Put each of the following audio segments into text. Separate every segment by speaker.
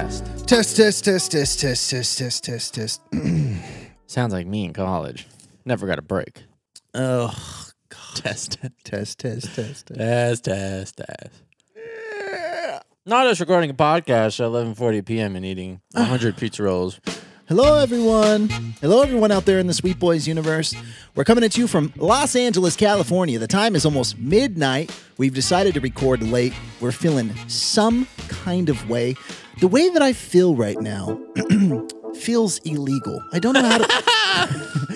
Speaker 1: Test, test, test, test, test, test, test, test, test.
Speaker 2: Sounds like me in college. Never got a break.
Speaker 1: Oh,
Speaker 2: Test,
Speaker 1: test, test, test, test.
Speaker 2: test, test, test. Not us recording a podcast at 11:40 p.m. and eating 100 pizza rolls.
Speaker 1: Hello, everyone. Hello, everyone out there in the Sweet Boys universe. We're coming at you from Los Angeles, California. The time is almost midnight. We've decided to record late. We're feeling some kind of way. The way that I feel right now feels illegal. I don't know how to.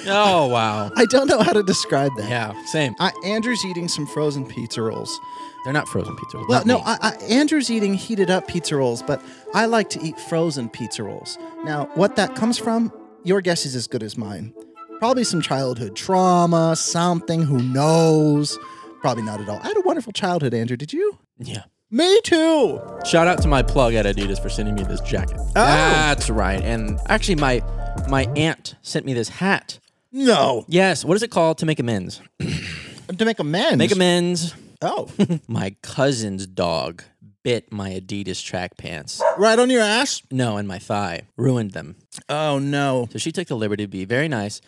Speaker 2: Oh wow.
Speaker 1: I don't know how to describe that.
Speaker 2: Yeah, same.
Speaker 1: I, Andrew's eating some frozen pizza rolls.
Speaker 2: They're not frozen pizza rolls.
Speaker 1: Well,
Speaker 2: not
Speaker 1: no,
Speaker 2: me.
Speaker 1: I, I, Andrew's eating heated up pizza rolls, but I like to eat frozen pizza rolls. Now, what that comes from, your guess is as good as mine. Probably some childhood trauma, something, who knows? Probably not at all. I had a wonderful childhood, Andrew. Did you?
Speaker 2: yeah.
Speaker 1: Me too.
Speaker 2: Shout out to my plug at Adidas for sending me this jacket. That's right. And actually, my my aunt sent me this hat.
Speaker 1: No.
Speaker 2: Yes. What is it called to make amends?
Speaker 1: To make amends.
Speaker 2: Make amends.
Speaker 1: Oh,
Speaker 2: My cousin's dog bit my Adidas track pants.
Speaker 1: right on your ass?
Speaker 2: No, and my thigh ruined them.
Speaker 1: Oh, no.
Speaker 2: So she took the liberty to be very nice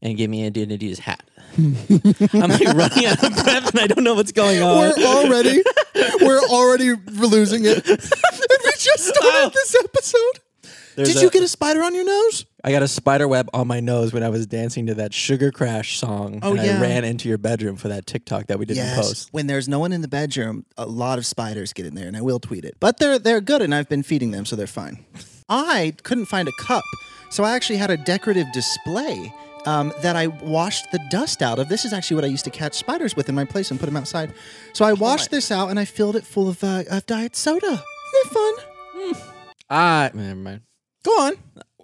Speaker 2: and gave me an Adidas hat. I'm like running out of breath and I don't know what's going on.
Speaker 1: We're already, we're already losing it. and we just started this episode.
Speaker 2: There's
Speaker 1: Did
Speaker 2: a-
Speaker 1: you get a spider on your nose?
Speaker 2: I got a spider web on my nose when I was dancing to that Sugar Crash song.
Speaker 1: Oh,
Speaker 2: and
Speaker 1: yeah.
Speaker 2: I ran into your bedroom for that TikTok that we didn't post.
Speaker 1: When there's no one in the bedroom, a lot of spiders get in there, and I will tweet it. But they're they're good, and I've been feeding them, so they're fine. I couldn't find a cup, so I actually had a decorative display um, that I washed the dust out of. This is actually what I used to catch spiders with in my place and put them outside. So I washed this out, and I filled it full of uh, of diet soda. Isn't it fun?
Speaker 2: Ah, never mind.
Speaker 1: Go on.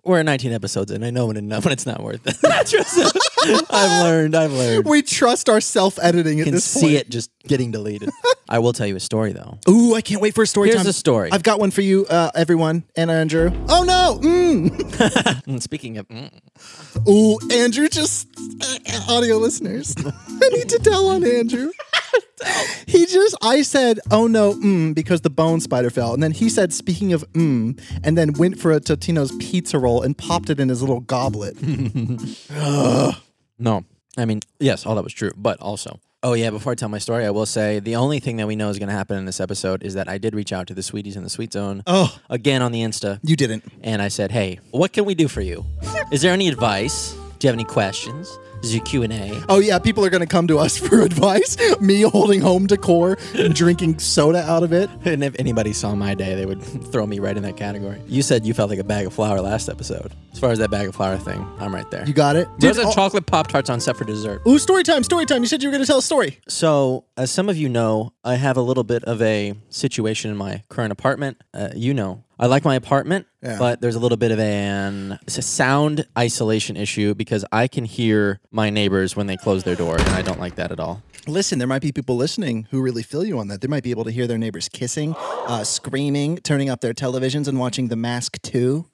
Speaker 2: We're 19 episodes in. I know when, enough, when it's not worth it. Trust me. I've learned. I've learned.
Speaker 1: We trust our self editing at
Speaker 2: can
Speaker 1: this
Speaker 2: see
Speaker 1: point.
Speaker 2: it just getting deleted. I will tell you a story though.
Speaker 1: Ooh, I can't wait for a story
Speaker 2: Here's
Speaker 1: time.
Speaker 2: the story.
Speaker 1: I've got one for you, uh, everyone, and Andrew. Oh no! Mm.
Speaker 2: Mm, Speaking of, mm,
Speaker 1: Ooh, Andrew just uh, audio listeners. I need to tell on Andrew. He just, I said, oh no, mm, because the bone spider fell. And then he said, speaking of mm, and then went for a Totino's pizza roll and popped it in his little goblet.
Speaker 2: Hmm. no, I mean, yes, all that was true, but also, oh yeah. Before I tell my story, I will say the only thing that we know is going to happen in this episode is that I did reach out to the Sweeties in the Sweet Zone
Speaker 1: Oh.
Speaker 2: again on the Insta,
Speaker 1: You didn't.
Speaker 2: and I said, hey, what can we do for you? Is there any advice? Do you have any questions? Is your Q and A?
Speaker 1: Oh yeah, people are going to come to us for advice. Me holding home decor and drinking soda out of it.
Speaker 2: And if anybody saw my day, they would throw me right in that category. You said you felt like a bag of flour last episode. As far as that bag of flour thing, I'm right there.
Speaker 1: You got it?
Speaker 2: There's a
Speaker 1: oh-
Speaker 2: chocolate pop tarts on set for dessert.
Speaker 1: Ooh, story time, story time. You said you were going to tell a story.
Speaker 2: So, as some of you know, I have a little bit of a situation in my current apartment. Uh, you know, I like my apartment,
Speaker 1: Yeah.
Speaker 2: but there's a little bit of an it's a sound isolation issue because I can hear my neighbors when they close their door, and I don't like that at all.
Speaker 1: Listen, there might be people listening who really feel you on that. They might be able to hear their neighbors kissing, uh, screaming, turning up their televisions, and watching The Mask 2.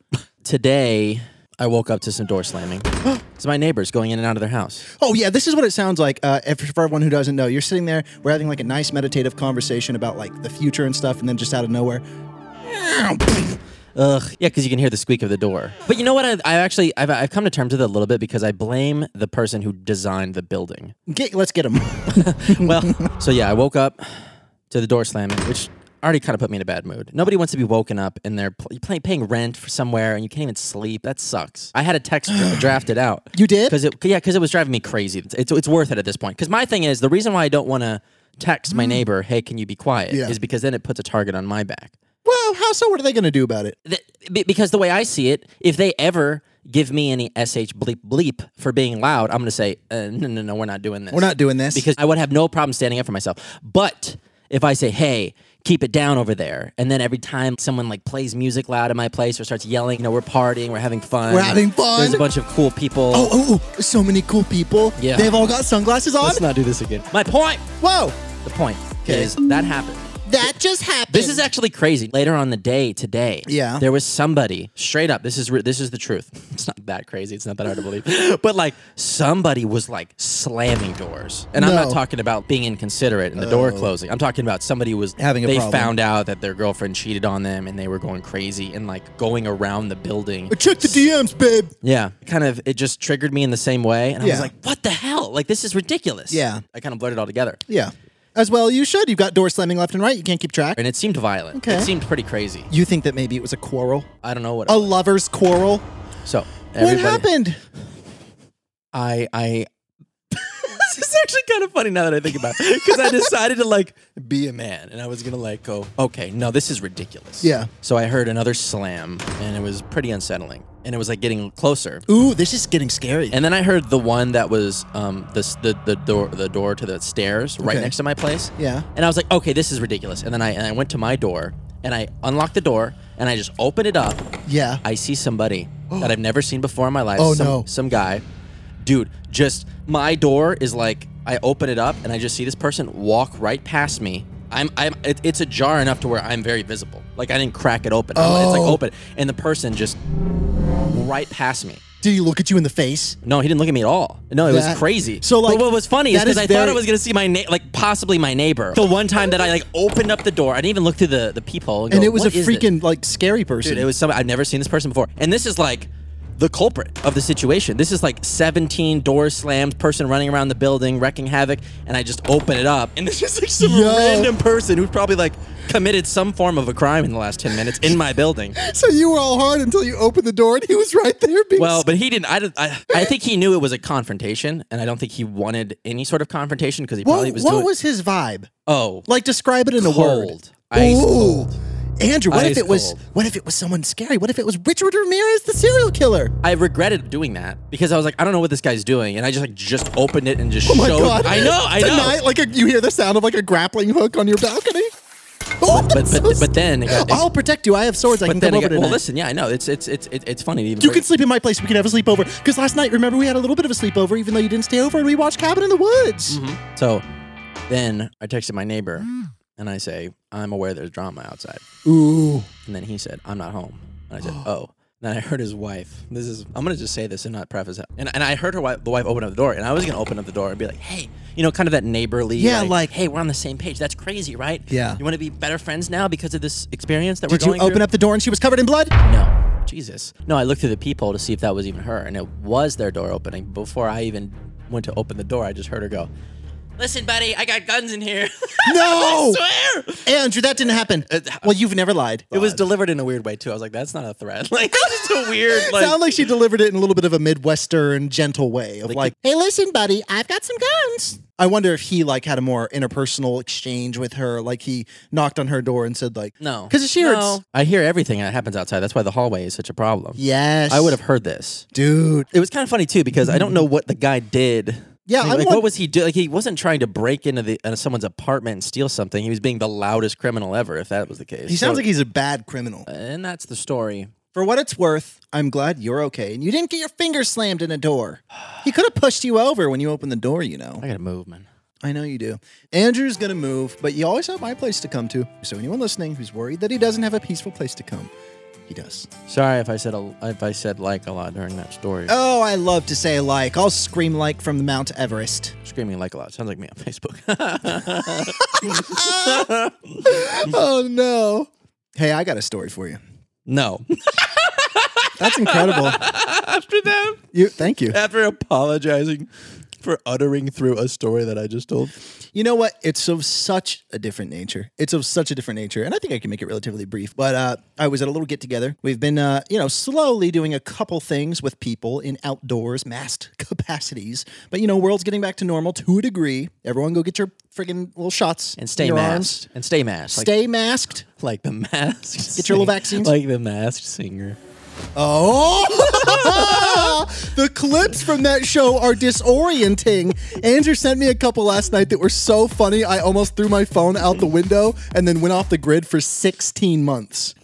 Speaker 2: Today, I woke up to some door slamming. it's my neighbors going in and out of their house.
Speaker 1: Oh, yeah, this is what it sounds like. Uh, if, for everyone who doesn't know, you're sitting there, we're having like a nice meditative conversation about like the future and stuff, and then just out of nowhere,
Speaker 2: Ugh, yeah, because you can hear the squeak of the door. But you know what? I, I actually I've, I've come to terms with it a little bit because I blame the person who designed the building.
Speaker 1: get, let's get them.
Speaker 2: well, so yeah, I woke up to the door slamming, which already kind of put me in a bad mood. Nobody wants to be woken up and they're pl- you're pay- paying rent for somewhere and you can't even sleep. That sucks. I had a text dra- drafted out.
Speaker 1: You did?
Speaker 2: Cuz it yeah, cuz it was driving me crazy. It's it's, it's worth it at this point. Cuz my thing is the reason why I don't want to text my neighbor, "Hey, can you be quiet?"
Speaker 1: Mm. Yeah.
Speaker 2: is because then it puts a target on my back.
Speaker 1: well, how so? What are they going to do about it?
Speaker 2: Th- be- because the way I see it, if they ever give me any sh bleep bleep for being loud, I'm going to say, uh, "No, no, no, we're not doing this."
Speaker 1: We're not doing this.
Speaker 2: because I would have no problem standing up for myself. But if I say, "Hey, keep it down over there," and then every time someone like plays music loud in my place or starts yelling, you know, we're partying, we're having fun,
Speaker 1: We're having fun.
Speaker 2: There's a bunch of cool people.
Speaker 1: oh, oh, oh, so many cool people.
Speaker 2: Yeah.
Speaker 1: They've all got sunglasses on.
Speaker 2: let's not do this again. My point,
Speaker 1: Whoa.
Speaker 2: the point
Speaker 1: 'Kay.
Speaker 2: is that happened.
Speaker 1: that just happened.
Speaker 2: This is actually crazy. Later on the day today,
Speaker 1: Yeah.
Speaker 2: there was somebody straight up. This is re- this is the truth. It's not that crazy. It's not that hard to believe. But like somebody was like slamming doors, and I'm not
Speaker 1: No.
Speaker 2: talking about being inconsiderate and the door closing. I'm talking about somebody was
Speaker 1: Having a
Speaker 2: They
Speaker 1: problem.
Speaker 2: found out that their girlfriend cheated on them, and they were going crazy and like going around the building.
Speaker 1: Check the DMs, babe.
Speaker 2: Yeah, kind of. It just triggered me in the same way, and I was
Speaker 1: Yeah.
Speaker 2: like, "What the hell? Like this is ridiculous."
Speaker 1: Yeah.
Speaker 2: I kind of blurted it all together,
Speaker 1: Yeah. As well, you should. You've got door slamming left and right. You can't keep track.
Speaker 2: and it seemed violent.
Speaker 1: Okay.
Speaker 2: It seemed pretty crazy.
Speaker 1: You think that maybe it was a quarrel?
Speaker 2: I don't know what. It
Speaker 1: A
Speaker 2: was.
Speaker 1: lover's quarrel?
Speaker 2: So
Speaker 1: Oh, What happened?
Speaker 2: I I this is actually kind of funny now that I think about it because I decided to like be a man and I was gonna like go okay no this is ridiculous
Speaker 1: Yeah.
Speaker 2: so I heard another slam and it was pretty unsettling and it was like getting closer
Speaker 1: Ooh, this is getting scary.
Speaker 2: and then I heard the one that was um the s- the, the door the door to the stairs right
Speaker 1: Okay.
Speaker 2: next to my place
Speaker 1: Yeah.
Speaker 2: and I was like okay this is ridiculous and then I and I went to my door and I unlocked the door and I just opened it up
Speaker 1: yeah.
Speaker 2: I see somebody that I've never seen before in my life.
Speaker 1: Oh,
Speaker 2: some,
Speaker 1: no.
Speaker 2: Some guy, dude. Just my door is like I open it up and I just see this person walk right past me. I'm, I'm. It, it's ajar enough to where I'm very visible. Like I didn't crack it open. I'm- It's like
Speaker 1: Oh.
Speaker 2: open, and the person just right past me.
Speaker 1: Did he look at you in the face?
Speaker 2: No, he didn't look at me at all. No, it
Speaker 1: That-
Speaker 2: was crazy.
Speaker 1: So, like,
Speaker 2: but what was funny is
Speaker 1: that
Speaker 2: because
Speaker 1: is
Speaker 2: I thought I
Speaker 1: very-
Speaker 2: was gonna see my na- like possibly my neighbor. The one time that I like opened up the door, I didn't even look through the the peephole.
Speaker 1: And
Speaker 2: go,
Speaker 1: it was a
Speaker 2: "What is this?"
Speaker 1: freaking like scary person.
Speaker 2: Dude, it was some I've never seen this person before. And this is like the culprit of the situation. This is like 17 doors slammed, person running around the building, wrecking havoc, and I just open it up. And this is like some
Speaker 1: Yo.
Speaker 2: random person who's probably like committed some form of a crime in the last 10 minutes in my building.
Speaker 1: so you were all hard until you opened the door and he was right there. Being
Speaker 2: Well, but he didn't. I, didn't- I, I think he knew it was a confrontation, and I don't think he wanted any sort of confrontation because he
Speaker 1: what,
Speaker 2: probably was
Speaker 1: what
Speaker 2: doing.
Speaker 1: was his vibe?
Speaker 2: oh,
Speaker 1: Like describe it in a word.
Speaker 2: cold. Ice
Speaker 1: Ooh.
Speaker 2: cold.
Speaker 1: Andrew, what if
Speaker 2: Ice
Speaker 1: it was
Speaker 2: cold.
Speaker 1: what if it was someone scary? What if it was Richard Ramirez, the serial killer?
Speaker 2: I regretted doing that because I was like, I don't know what this guy's doing, and I just like just opened it and just
Speaker 1: Oh my
Speaker 2: showed.
Speaker 1: god!
Speaker 2: I know, I know.
Speaker 1: Tonight, like a, you hear the sound of like a grappling hook on your balcony. Oh,
Speaker 2: but
Speaker 1: that's
Speaker 2: but,
Speaker 1: so
Speaker 2: but then it got,
Speaker 1: I'll protect you. I have swords. I can
Speaker 2: but then
Speaker 1: come
Speaker 2: it
Speaker 1: over
Speaker 2: got,
Speaker 1: tonight.
Speaker 2: well listen yeah I know it's it's it's it- it's funny to even
Speaker 1: you
Speaker 2: bring-
Speaker 1: can sleep in my place. We can have a sleepover. Because last night, remember, we had a little bit of a sleepover, even though you didn't stay over, and we watched Cabin in the Woods.
Speaker 2: so then I texted my neighbor and I say I'm aware there's drama outside
Speaker 1: Ooh,
Speaker 2: and then he said I'm not home and I said oh and then I heard his wife this is I'm gonna just say this and not preface it and and I heard her wife the wife open up the door and I was gonna open up the door and be like hey you know kind of that neighborly
Speaker 1: Yeah, like-
Speaker 2: hey we're on the same page that's crazy right
Speaker 1: Yeah.
Speaker 2: you want to be better friends now because of this experience that
Speaker 1: did
Speaker 2: we're
Speaker 1: you
Speaker 2: going
Speaker 1: open
Speaker 2: through?
Speaker 1: up the door and she was covered in blood?
Speaker 2: No. Jesus. No, I looked through the peephole to see if that was even her, and it was their door opening. Before I even went to open the door, I just heard her go, Listen, buddy, I got guns in here.
Speaker 1: No,
Speaker 2: I swear.
Speaker 1: Andrew, that didn't happen. well, you've never lied.
Speaker 2: Uh, It was delivered in a weird way, too. I was like, That's not a threat. Like, that's just a weird, like.
Speaker 1: Sound like she delivered it in a little bit of a midwestern gentle way of like, "Hey, listen, buddy, I've got some guns." I wonder if he like had a more interpersonal exchange with her, like he knocked on her door and said like,
Speaker 2: no.
Speaker 1: because she heard,
Speaker 2: no. I hear everything that happens outside. That's why the hallway is such a problem.
Speaker 1: yes,
Speaker 2: I would have heard this.
Speaker 1: dude."
Speaker 2: It was kind of funny too because I don't know what the guy did.
Speaker 1: Yeah,
Speaker 2: like,
Speaker 1: I'm
Speaker 2: like,
Speaker 1: won-
Speaker 2: what was he doing? Like he wasn't trying to break into the uh, someone's apartment and steal something. He was being the loudest criminal ever, if that was the case.
Speaker 1: He
Speaker 2: So-
Speaker 1: sounds like he's a bad criminal.
Speaker 2: and that's the story.
Speaker 1: For what it's worth, I'm glad you're okay and you didn't get your finger slammed in a door. He could have pushed you over when you opened the door, you know.
Speaker 2: I gotta move, man.
Speaker 1: I know you do. Andrew's gonna move, but you always have my place to come to. So anyone listening who's worried that he doesn't have a peaceful place to come, he does.
Speaker 2: Sorry if I said a, if I said like a lot during that story.
Speaker 1: Oh, I love to say like. I'll scream like from Mount Everest.
Speaker 2: Screaming like a lot sounds like me on Facebook.
Speaker 1: oh no. Hey, I got a story for you.
Speaker 2: no,
Speaker 1: That's incredible.
Speaker 2: after that,
Speaker 1: you thank you.
Speaker 2: after apologizing for uttering through a story that I just told.
Speaker 1: You know what? It's of such a different nature. It's of such a different nature, and I think I can make it relatively brief. But uh, I was at a little get together. We've been, uh, you know, slowly doing a couple things with people in outdoors, masked capacities. But you know, world's getting back to normal to a degree. Everyone, go get your friggin' little shots
Speaker 2: And stay
Speaker 1: in your arms.
Speaker 2: masked. And stay masked. Like,
Speaker 1: Stay masked.
Speaker 2: like the masked.
Speaker 1: Get your little
Speaker 2: sing-
Speaker 1: vaccines.
Speaker 2: Like the masked singer.
Speaker 1: Oh, the clips from that show are disorienting. Andrew sent me a couple last night that were so funny, I almost threw my phone out the window and then went off the grid for 16 months.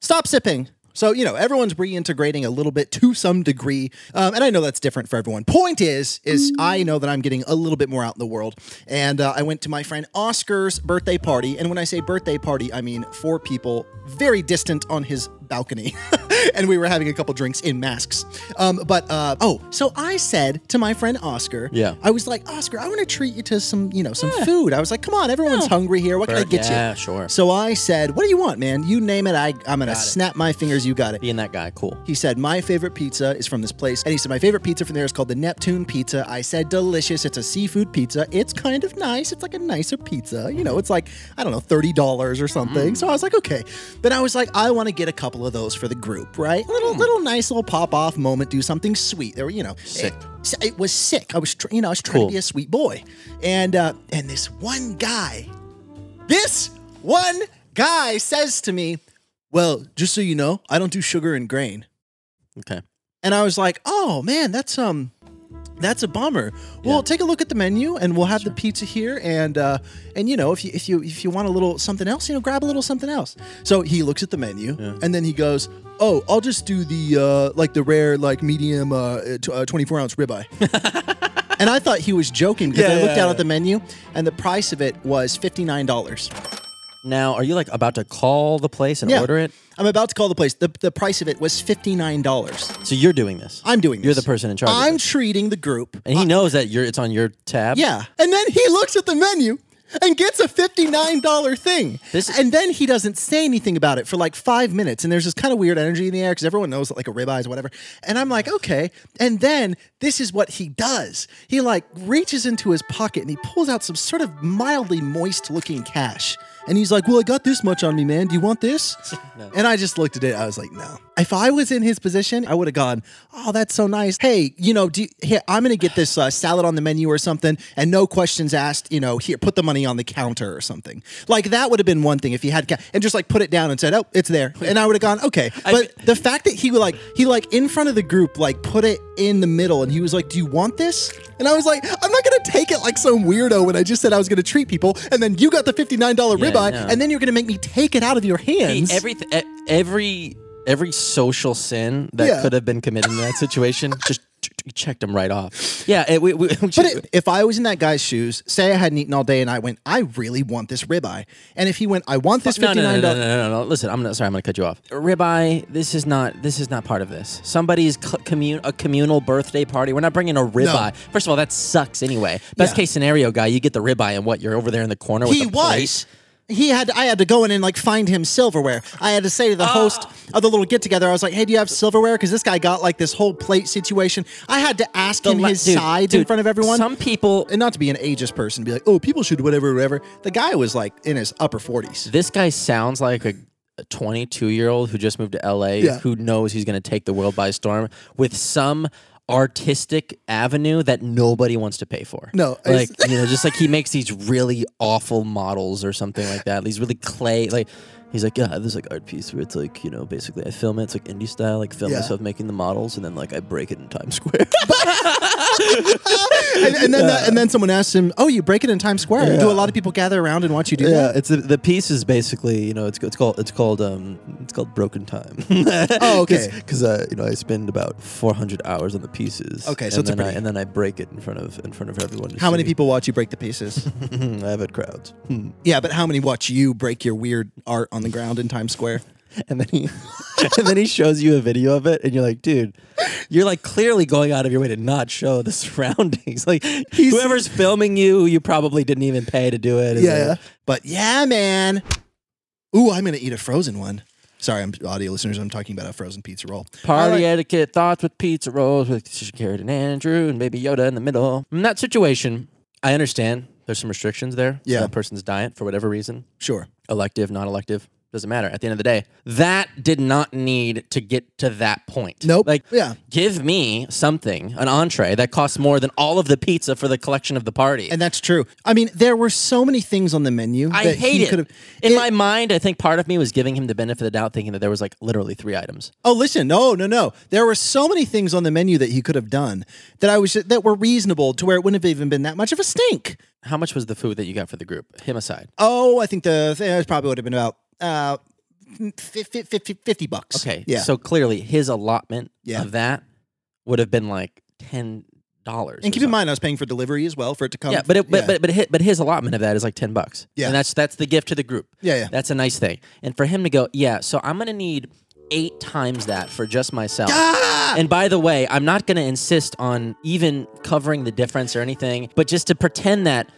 Speaker 1: Stop sipping. So, you know, everyone's reintegrating a little bit to some degree. Um, and I know that's different for everyone. Point is, is I know that I'm getting a little bit more out in the world. And uh, I went to my friend Oscar's birthday party. And when I say birthday party, I mean four people very distant on his balcony. and we were having a couple drinks in masks. Um, but, uh, oh, so I said to my friend Oscar,
Speaker 2: Yeah.
Speaker 1: I was like, Oscar, I want to treat you to some, you know, some food. I was like, come on, everyone's hungry here. What can I
Speaker 2: Bert,
Speaker 1: get you?
Speaker 2: yeah, sure.
Speaker 1: So I said, "What do you want, man? You name it. I, I'm gonna snap my fingers. You got it."
Speaker 2: Being that guy, cool.
Speaker 1: He said, "My favorite pizza is from this place," and he said, "My favorite pizza from there is called the Neptune Pizza." I said, "Delicious. It's a seafood pizza. It's kind of nice. It's like a nicer pizza. You know, it's like I don't know, thirty dollars or something."
Speaker 2: Mm.
Speaker 1: So I was like, "Okay." Then I was like, "I want to get a couple of those for the group, right? Little,
Speaker 2: Mm.
Speaker 1: little nice little pop off moment. Do something sweet. There, were, you know,
Speaker 2: Sick.
Speaker 1: s- it was sick. I was, tr- you know, I was trying
Speaker 2: Cool.
Speaker 1: to be a sweet boy, and uh, and this one guy, this one guy says to me, "Well, just so you know, I don't do sugar and grain."
Speaker 2: Okay.
Speaker 1: And I was like, "Oh man, that's um, that's a bummer." Well,
Speaker 2: Yeah.
Speaker 1: take a look at the menu, and we'll have the pizza here, and uh, and you know, if you if you if you want a little something else, you know, grab a little something else. So he looks at the menu, and then he goes, "Oh, I'll just do the uh, like the rare like medium uh, t- uh, twenty four ounce ribeye." and I thought he was joking because
Speaker 2: Yeah,
Speaker 1: I looked
Speaker 2: yeah,
Speaker 1: down
Speaker 2: yeah.
Speaker 1: at the menu, and the price of it was fifty nine dollars.
Speaker 2: Now, are you like about to call the place and
Speaker 1: Yeah.
Speaker 2: order it?
Speaker 1: I'm about to call the place. The, the price of it was fifty nine dollars.
Speaker 2: So you're doing this.
Speaker 1: I'm doing this.
Speaker 2: You're the person in charge. of
Speaker 1: I'm
Speaker 2: this.
Speaker 1: treating the group.
Speaker 2: and he knows that you're. It's on your tab.
Speaker 1: Yeah. And then he looks at the menu and gets a $59 thing.
Speaker 2: This is-
Speaker 1: and then he doesn't say anything about it for like five minutes. And there's this kind of weird energy in the air because everyone knows that like a ribeye is whatever. And I'm like, okay. And then this is what he does. He like reaches into his pocket and he pulls out some sort of mildly moist looking cash. And he's like, well, I got this much on me, man. Do you want this?
Speaker 2: No.
Speaker 1: And I just looked at it. I was like, no. If I was in his position, I would have gone, oh, that's so nice. Hey, you know, do you, here, I'm going to get this uh, salad on the menu or something and no questions asked, you know, here, put the money on the counter or something. Like that would have been one thing if he had, ca- and just like put it down and said, oh, it's there. And I would have gone, okay.
Speaker 2: I-
Speaker 1: But the fact that he would like, he like in front of the group, like put it in the middle and he was like, do you want this? And I was like, I'm not going to take it like some weirdo when I just said I was going to treat people. And then you got the $59
Speaker 2: Yeah,
Speaker 1: ribeye
Speaker 2: no.
Speaker 1: and then you're going to make me take it out of your
Speaker 2: Hey,
Speaker 1: hands.
Speaker 2: every e, every every social sin that
Speaker 1: Yeah.
Speaker 2: could have been committed in that situation just ch- ch- checked him right off. Yeah. It, we, we, we should-
Speaker 1: But it, if I was in that guy's shoes, say I hadn't eaten all day and I went, I really want this ribeye. And if he went, I want this
Speaker 2: no,
Speaker 1: $59.
Speaker 2: no, no, no, no, no, no, no. Listen, I'm not sorry. I'm gonna cut you off. Ribeye. This is not. This is not part of this. Somebody's cl- commun- a communal birthday party. We're not bringing a ribeye. First of all, that sucks anyway. Best
Speaker 1: Yeah.
Speaker 2: case scenario, guy, you get the ribeye, and what? You're over there in the corner.
Speaker 1: He
Speaker 2: with the plate?
Speaker 1: was. He had. I had to go in and like find him silverware. I had to say to the
Speaker 2: Ah.
Speaker 1: host of the little get together, I was like, "Hey, do you have silverware?" Because this guy got like this whole plate situation. I had to ask him
Speaker 2: la-
Speaker 1: his
Speaker 2: dude,
Speaker 1: sides in
Speaker 2: dude,
Speaker 1: front of everyone.
Speaker 2: Some people.
Speaker 1: and not to be an ageist person, be like, "Oh, people should whatever, whatever." The guy was like in his upper forties.
Speaker 2: This guy sounds like a. 22 year old who just moved to LA
Speaker 1: Yeah.
Speaker 2: who knows he's going to take the world by storm with some artistic avenue that nobody wants to pay for.
Speaker 1: No,
Speaker 2: like
Speaker 1: it's-
Speaker 2: you know, just like he makes these really awful models or something like that. These really clay, like he's like, yeah, this like art piece where it's like you know, basically I film it. It's like indie style, like film
Speaker 1: Yeah.
Speaker 2: myself making the models and then like I break it in Times Square.
Speaker 1: and, and then that, and then someone asked him, "Oh, you break it in Times Square? Do a lot of people gather around and watch you do that?"
Speaker 2: yeah, it's the piece is basically you know it's it's called it's called um it's called Broken Time.
Speaker 1: Oh, okay.
Speaker 2: Because uh, you know I spend about 400 hours on the pieces.
Speaker 1: Okay, so
Speaker 2: and
Speaker 1: it's a
Speaker 2: then I,
Speaker 1: pretty-
Speaker 2: and then I break it in front of in front of everyone. to
Speaker 1: How many Hmm.
Speaker 2: see.
Speaker 1: people watch you break the pieces?
Speaker 2: I have had crowds.
Speaker 1: yeah, but how many watch you break your weird art on the ground in Times Square?
Speaker 2: and then he and then he shows you a video of it and you're like dude you're like clearly going out of your way to not show the surroundings like whoever's filming you you probably didn't even pay to do it is like-
Speaker 1: But yeah, man. Ooh, I'm going to eat a frozen one. Sorry, I'm audio listeners, I'm talking about a frozen pizza roll.
Speaker 2: Party
Speaker 1: I like-
Speaker 2: etiquette, thoughts with pizza rolls with Carrot and Andrew and Baby Yoda in the middle. In that situation, I understand there's some restrictions there.
Speaker 1: Yeah.
Speaker 2: That person's diet for whatever reason,
Speaker 1: Sure.
Speaker 2: elective, non elective, doesn't matter. At the end of the day, that did not need to get to that point.
Speaker 1: Nope.
Speaker 2: Like,
Speaker 1: Yeah.
Speaker 2: give me something, an entree that costs more than all of the pizza for the collection of the party.
Speaker 1: And that's true. I mean, there were so many things on the menu.
Speaker 2: I
Speaker 1: that
Speaker 2: hate
Speaker 1: he
Speaker 2: it.
Speaker 1: could've-
Speaker 2: In
Speaker 1: It-
Speaker 2: my mind, I think part of me was giving him the benefit of the doubt, thinking that there was like literally three items.
Speaker 1: Oh, listen, no, no, no. There were so many things on the menu that he could have done that I was that were reasonable to where it wouldn't have even been that much of a stink.
Speaker 2: How much was the food that you got for the group? Him aside.
Speaker 1: eh, Oh, I think the thing, it probably would have been about uh, 50, 50, 50 bucks.
Speaker 2: Okay.
Speaker 1: Yeah.
Speaker 2: So clearly his allotment
Speaker 1: Yeah.
Speaker 2: of that would have been like ten dollars.
Speaker 1: and keep in mind, I was paying for delivery as well for it to come.
Speaker 2: Yeah, but it, but,
Speaker 1: yeah.
Speaker 2: but but his, but his allotment of that is like ten bucks.
Speaker 1: Yeah.
Speaker 2: And that's that's the gift to the group.
Speaker 1: Yeah, yeah.
Speaker 2: That's a nice thing. And for him to go, yeah, so I'm gonna need eight times that for just myself.
Speaker 1: Ah!
Speaker 2: And by the way, I'm not going to insist on even covering the difference or anything, but just to pretend that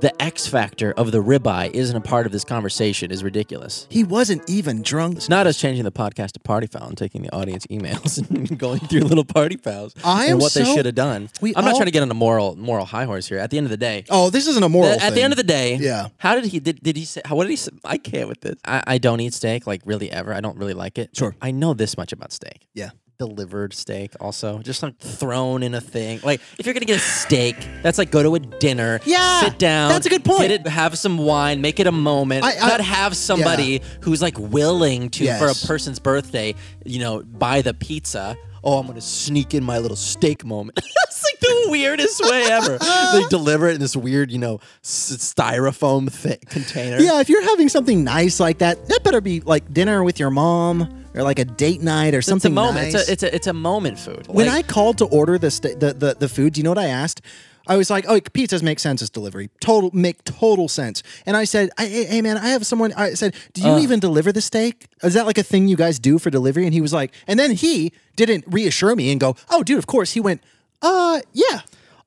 Speaker 2: the X factor of the ribeye isn't a part of this conversation is ridiculous.
Speaker 1: he wasn't even drunk.
Speaker 2: It's not us changing the podcast to Party Foul and taking the audience emails and going through little Party Fouls
Speaker 1: I am
Speaker 2: and what they
Speaker 1: so-
Speaker 2: should have done.
Speaker 1: We
Speaker 2: I'm not
Speaker 1: all-
Speaker 2: trying to get on a moral moral high horse here. At the end of the day,
Speaker 1: Oh, this isn't a moral.
Speaker 2: at the end of the day,
Speaker 1: Yeah.
Speaker 2: How did he did, did he say? How, what did he say? I can't with this. I, I don't eat steak like really ever. I don't really like it.
Speaker 1: Sure.
Speaker 2: I know this much about steak
Speaker 1: yeah.
Speaker 2: delivered steak also just like thrown in a thing like if you're gonna get a steak that's like go to a dinner
Speaker 1: Yeah,
Speaker 2: sit down
Speaker 1: that's a good point.
Speaker 2: get it have some wine make it a moment
Speaker 1: I- I-
Speaker 2: not have somebody who's like willing to for
Speaker 1: Yes.
Speaker 2: a person's birthday you know buy the pizza oh i'm gonna sneak in my little steak moment it's like the weirdest way ever they deliver it in this weird you know s- styrofoam thi- container
Speaker 1: Yeah, if you're having something nice like that, that better be like dinner with your mom or like a date night or
Speaker 2: it's a
Speaker 1: something
Speaker 2: moment it's
Speaker 1: nice.
Speaker 2: a it's a it's a moment food
Speaker 1: when
Speaker 2: Like-
Speaker 1: I called to order the, sta the the the food, do you know what I asked? I was like, "Oh, pizzas make sense as delivery. Total make total sense." And I said, I, "Hey, hey, man, I have someone." I said, "Do you even deliver the steak? Is that like a thing you guys do for delivery?" And he was like, and then he didn't reassure me and go, "Oh, dude, of course." He went, "Uh, yeah."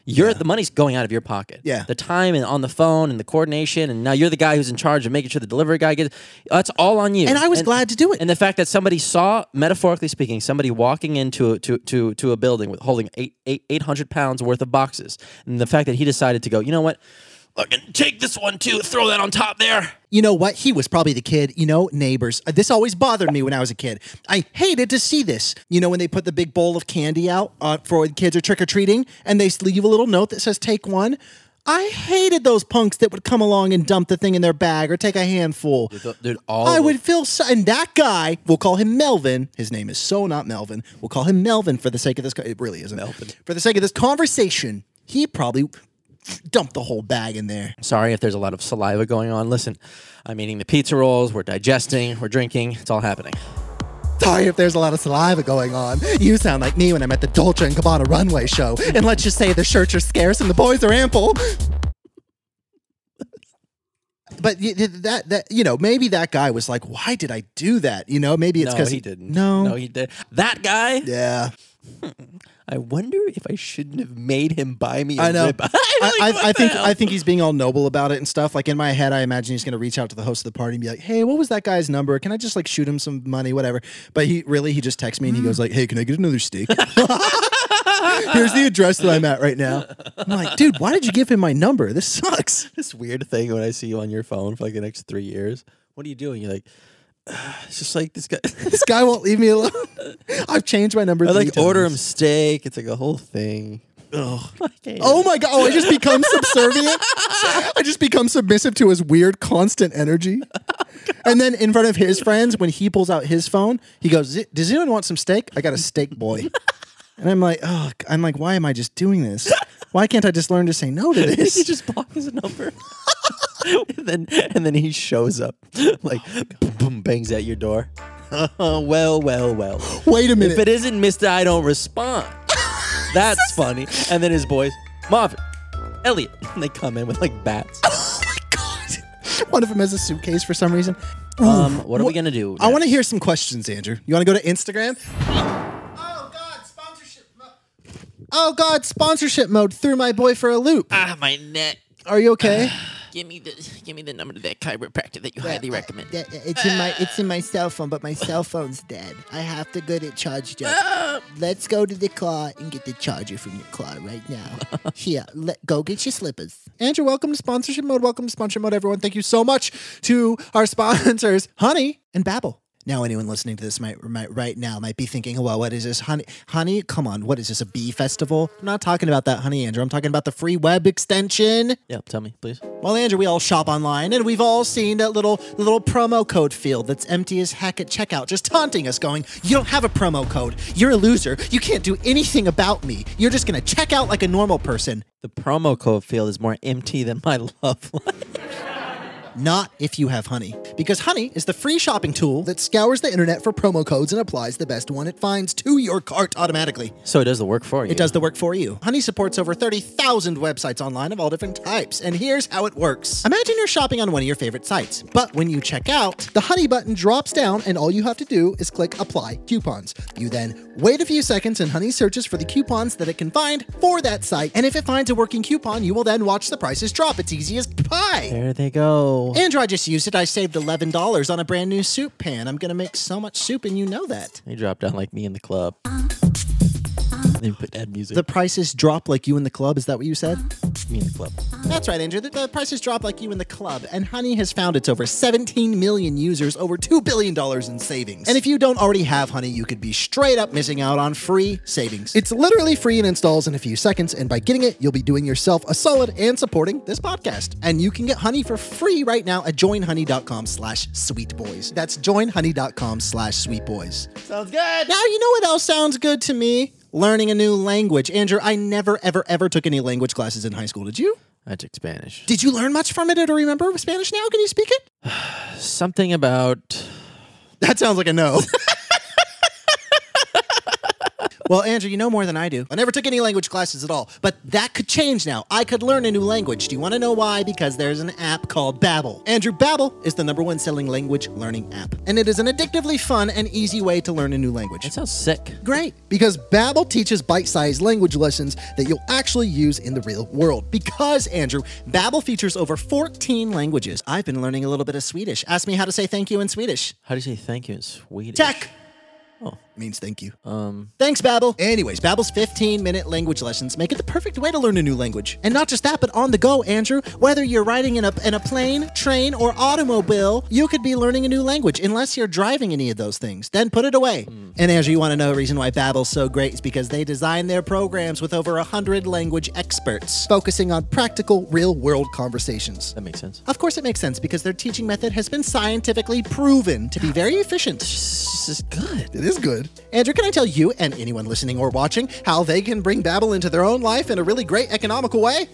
Speaker 2: You're the money's going out of your pocket.
Speaker 1: Yeah.
Speaker 2: The time and on the phone and the coordination and now you're the guy who's in charge of making sure the delivery guy gets that's all on you.
Speaker 1: And I was glad to do it.
Speaker 2: And the fact that somebody saw, metaphorically speaking, somebody walking into a, to, to to a building with holding eight eight eight hundred pounds worth of boxes, and the fact that he decided to go, you know what, fucking take this one too, throw that on top there.
Speaker 1: You know what? He was probably the kid. You know, neighbors. Uh, This always bothered me when I was a kid. I hated to see this. You know, when they put the big bowl of candy out uh, for when kids are trick or treating, and they s- leave a little note that says "Take one." I hated those punks that would come along and dump the thing in their bag or take a handful.
Speaker 2: Th- Dude, all
Speaker 1: I
Speaker 2: of-
Speaker 1: would feel so, and that guy, we'll call him Melvin. His name is so not Melvin. We'll call him Melvin for the sake of this. co- It really isn't Melvin. For the sake of this conversation, he probably dumped the whole bag in there.
Speaker 2: Sorry if there's a lot of saliva going on. Listen, I'm eating the pizza rolls. We're digesting. We're drinking. It's all happening.
Speaker 1: Sorry if there's a lot of saliva going on. You sound like me when I'm at the Dolce and Gabbana runway show. And let's just say the shirts are scarce and the boys are ample. But y- th- that that you know maybe that guy was like, why did I do that? You know, maybe it's
Speaker 2: no,
Speaker 1: because
Speaker 2: he didn't.
Speaker 1: No,
Speaker 2: no, he did. That guy.
Speaker 1: yeah,
Speaker 2: I wonder if I shouldn't have made him buy me a
Speaker 1: I know.
Speaker 2: rib.
Speaker 1: I, I, I think I think he's being all noble about it and stuff. Like in my head, I imagine he's going to reach out to the host of the party and be like, "Hey, what was that guy's number? Can I just like shoot him some money, whatever?" But he really he just texts me
Speaker 2: Mm-hmm.
Speaker 1: and he goes like, "Hey, can I get another steak?" Here's the address that I'm at right now. I'm like, dude, why did you give him my number? This sucks.
Speaker 2: this weird thing when I see you on your phone for like the next three years. What are you doing? You're like, "Ah, it's just like this guy.
Speaker 1: This guy won't leave me alone. I've changed my number.
Speaker 2: I
Speaker 1: three
Speaker 2: like order him
Speaker 1: times.
Speaker 2: steak. It's like a whole thing. Oh,
Speaker 1: Oh my god! Oh, I just become subservient. I just become submissive to his weird, constant energy. And then in front of his friends, when he pulls out his phone, he goes, "Z- "Does anyone want some steak? I got a steak, boy." And I'm like, "Oh, g- I'm like, why am I just doing this? Why can't I just learn to say no to
Speaker 2: you
Speaker 1: this?"
Speaker 2: just block his number. and then and then he shows up, like boom, boom, bangs at your door. well, well, well.
Speaker 1: Wait a
Speaker 2: If
Speaker 1: minute.
Speaker 2: it isn't Mr. I don't respond, that's funny. And then his boys, Marvin, Elliot, and they come in with like bats.
Speaker 1: oh my god! One of them has a suitcase for some reason.
Speaker 2: Um, what are we gonna do?
Speaker 1: Oh, I want to hear some questions, Andrew. You want to go to Instagram? Oh God, sponsorship. mo- Oh God, sponsorship mode threw my boy for a loop.
Speaker 2: ah my neck.
Speaker 1: Are you okay?
Speaker 2: Give me the give me the number to that chiropractor that you highly recommend.
Speaker 3: Yeah, it's in my it's in my cell phone, but my cell phone's dead. I have to get it charged up. Let's go to the car and get the charger from the car right now. Here, let go get your slippers.
Speaker 1: Andrew, welcome to sponsorship mode. Welcome to sponsorship mode, everyone. Thank you so much to our sponsors, Honey and Babbel. Now, anyone listening to this might, might right now might be thinking, "Well, what is this, honey? Honey, come on, what is this? A bee festival?" I'm not talking about that, honey, Andrew. I'm talking about the free web extension.
Speaker 2: Yeah, tell me, please.
Speaker 1: Well, Andrew, we all shop online, and we've all seen that little little promo code field that's empty as heck at checkout, just taunting us, going, "You don't have a promo code. You're a loser. You can't do anything about me. You're just gonna check out like a normal person."
Speaker 2: The promo code field is more empty than my love life.
Speaker 1: Not if you have Honey. Because Honey is the free shopping tool that scours the internet for promo codes and applies the best one it finds to your cart automatically.
Speaker 2: So it does the work for you.
Speaker 1: It does the work for you. Honey supports over 30,000 websites online of all different types, and here's how it works. Imagine you're shopping on one of your favorite sites, but when you check out, the Honey button drops down, and all you have to do is click Apply Coupons. You then wait a few seconds, and Honey searches for the coupons that it can find for that site, and if it finds a working coupon, you will then watch the prices drop. It's easy as pie.
Speaker 2: There they go.
Speaker 1: Andrew, I just used it. I saved $11 on a brand new soup pan. I'm gonna make so much soup, and you know that.
Speaker 2: They drop down like me in the club. They put that music.
Speaker 1: The prices drop like you in the club. Is that what you said?
Speaker 2: me in the club.
Speaker 1: That's right, Andrew. The, the prices drop like you in the club, and Honey has found its over 17 million users, over $2 billion in savings. And if you don't already have Honey, you could be straight up missing out on free savings. It's literally free and installs in a few seconds, and by getting it, you'll be doing yourself a solid and supporting this podcast. And you can get Honey for free right now at joinhoney.com slash sweetboys. That's joinhoney.com slash sweetboys.
Speaker 2: Sounds good.
Speaker 1: Now you know what else sounds good to me? Learning a new language. Andrew, I never, ever, ever took any language classes in high school. Did you?
Speaker 2: I took Spanish.
Speaker 1: Did you learn much from it or remember Spanish now? Can you speak it?
Speaker 2: Something about
Speaker 1: That sounds like a no. well, Andrew, you know more than I do. I never took any language classes at all, but that could change now. I could learn a new language. Do you want to know why? Because there's an app called Babbel. Andrew, Babbel is the number one selling language learning app, and it is an addictively fun and easy way to learn a new language.
Speaker 2: that sounds sick.
Speaker 1: great because Babbel teaches bite-sized language lessons that you'll actually use in the real world. Because Andrew, Babbel features over 14 languages. I've been learning a little bit of Swedish. Ask me how to say thank you in Swedish.
Speaker 2: How do you say thank you in Swedish?
Speaker 1: Tack. Oh. Means thank you. Um. Thanks, Babbel. Anyways, Babbel's 15-minute language lessons make it the perfect way to learn a new language. And not just that, but on the go, Andrew. Whether you're riding in a in a plane, train, or automobile, you could be learning a new language. Unless you're driving any of those things, then put it away. And Andrew, you want to know the reason why Babbel's so great? It's because they design their programs with over 100 language experts, focusing on practical, real-world conversations.
Speaker 2: That makes sense.
Speaker 1: Of course, it makes sense because their teaching method has been scientifically proven to be very efficient.
Speaker 2: This is good.
Speaker 1: It is good. Andrew, can I tell you and anyone listening or watching how they can bring Babbel into their own life in a really great economical way?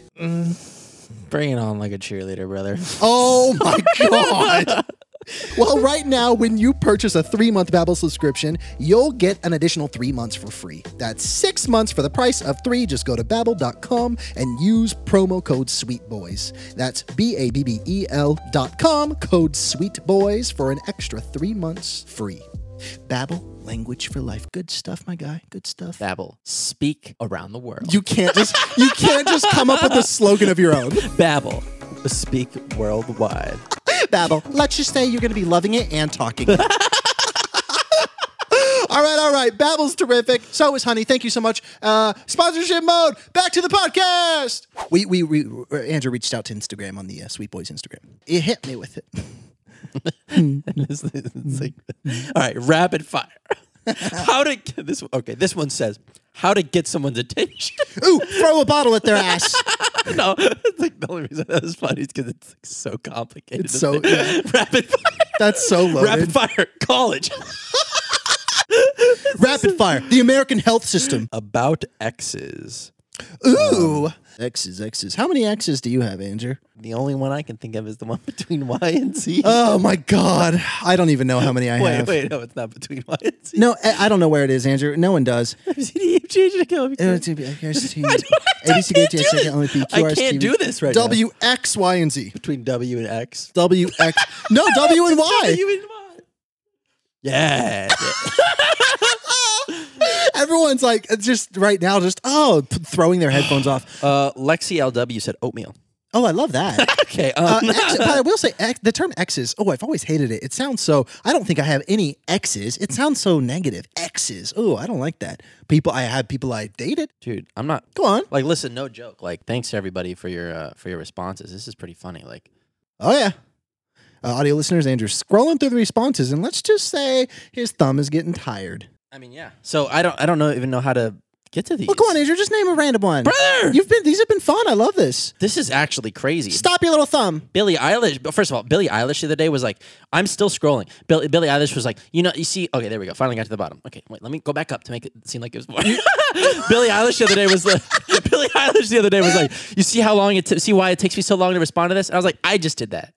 Speaker 2: Bring it on like a cheerleader, brother.
Speaker 1: Oh my god. Well, right now, when you purchase a three month Babbel subscription, you'll get an additional three months for free. That's six months for the price of three. Just go to babbel.com and use promo code SweetBoys. That's B A B B E L dot com, code SweetBoys for an extra three months free. Babbel, language for life. Good stuff, my guy. Good stuff.
Speaker 2: Babble. Speak around the world.
Speaker 1: You can't just you can't just come up with a slogan of your own.
Speaker 2: Babble. Speak worldwide.
Speaker 1: Babble. Let's just say you're going to be loving it and talking. it. all right, all right. Babble's terrific. So is Honey. Thank you so much. Uh, sponsorship mode. Back to the podcast. We we, we uh, Andrew reached out to Instagram on the uh, Sweet Boys Instagram. It hit me with it.
Speaker 2: It's- it's like- all right, rapid fire. How to get this? Okay, this one says how to get someone's attention.
Speaker 1: Ooh, throw a bottle at their ass.
Speaker 2: no, it's like the only reason that was funny is because it's like so complicated.
Speaker 1: It's so-
Speaker 2: isn't it? rapid fire.
Speaker 1: That's so loaded.
Speaker 2: Rapid fire. College.
Speaker 1: Rapid fire. The American health system.
Speaker 2: About exes.
Speaker 1: Ooh. X's, X's. How many X's do you have, Andrew?
Speaker 2: The only one I can think of is the one between Y and Z.
Speaker 1: Oh my God. I don't even know how many I
Speaker 2: wait,
Speaker 1: have.
Speaker 2: wait, no, it's not between Y and Z.
Speaker 1: No, I I don't know where it is, Andrew. No one does.
Speaker 2: CDEF change it again.
Speaker 1: Uh, to be- I guess to-
Speaker 2: I
Speaker 1: ABC,
Speaker 2: can't do
Speaker 1: GTS,
Speaker 2: this.
Speaker 1: only be
Speaker 2: I
Speaker 1: QRS,
Speaker 2: can't do this right now.
Speaker 1: W, X, Y, and Z.
Speaker 2: Between W and X.
Speaker 1: W, X. No, W and Y.
Speaker 2: W and Y. Yeah.
Speaker 1: Everyone's like, it's just right now, just, oh, p- throwing their headphones off.
Speaker 2: uh, Lexi LW said oatmeal.
Speaker 1: Oh, I love that.
Speaker 2: Okay.
Speaker 1: Uh,
Speaker 2: Um,
Speaker 1: X- but I will say X, the term X's, oh, I've always hated it. It sounds so, I don't think I have any X's. It sounds so negative. X's. Oh, I don't like that. People, I have people I dated.
Speaker 2: dude, I'm not.
Speaker 1: Go on.
Speaker 2: Like, listen, no joke. Like, thanks to everybody for your uh, for your responses. This is pretty funny. Like,
Speaker 1: Oh yeah. Uh, audio listeners, Andrew, scrolling through the responses, and let's just say his thumb is getting tired.
Speaker 2: I mean, yeah. So I don't I don't know even know how to get to these.
Speaker 1: Well, go on, Andrew, just name a random one.
Speaker 2: brother.
Speaker 1: You've been these have been fun. I love this.
Speaker 2: this is actually crazy.
Speaker 1: Stop your little thumb.
Speaker 2: Billie Eilish. But first of all, Billie Eilish the other day was like, "I'm still scrolling." Billie, Billie Eilish was like, "You know, you see, okay, there we go. Finally got to the bottom. Okay, wait, let me go back up to make it seem like it was more." Billie Eilish the other day was like, Billie Eilish the other day was like, "You see how long it t- see why it takes me so long to respond to this?" And I was like, "I just did that."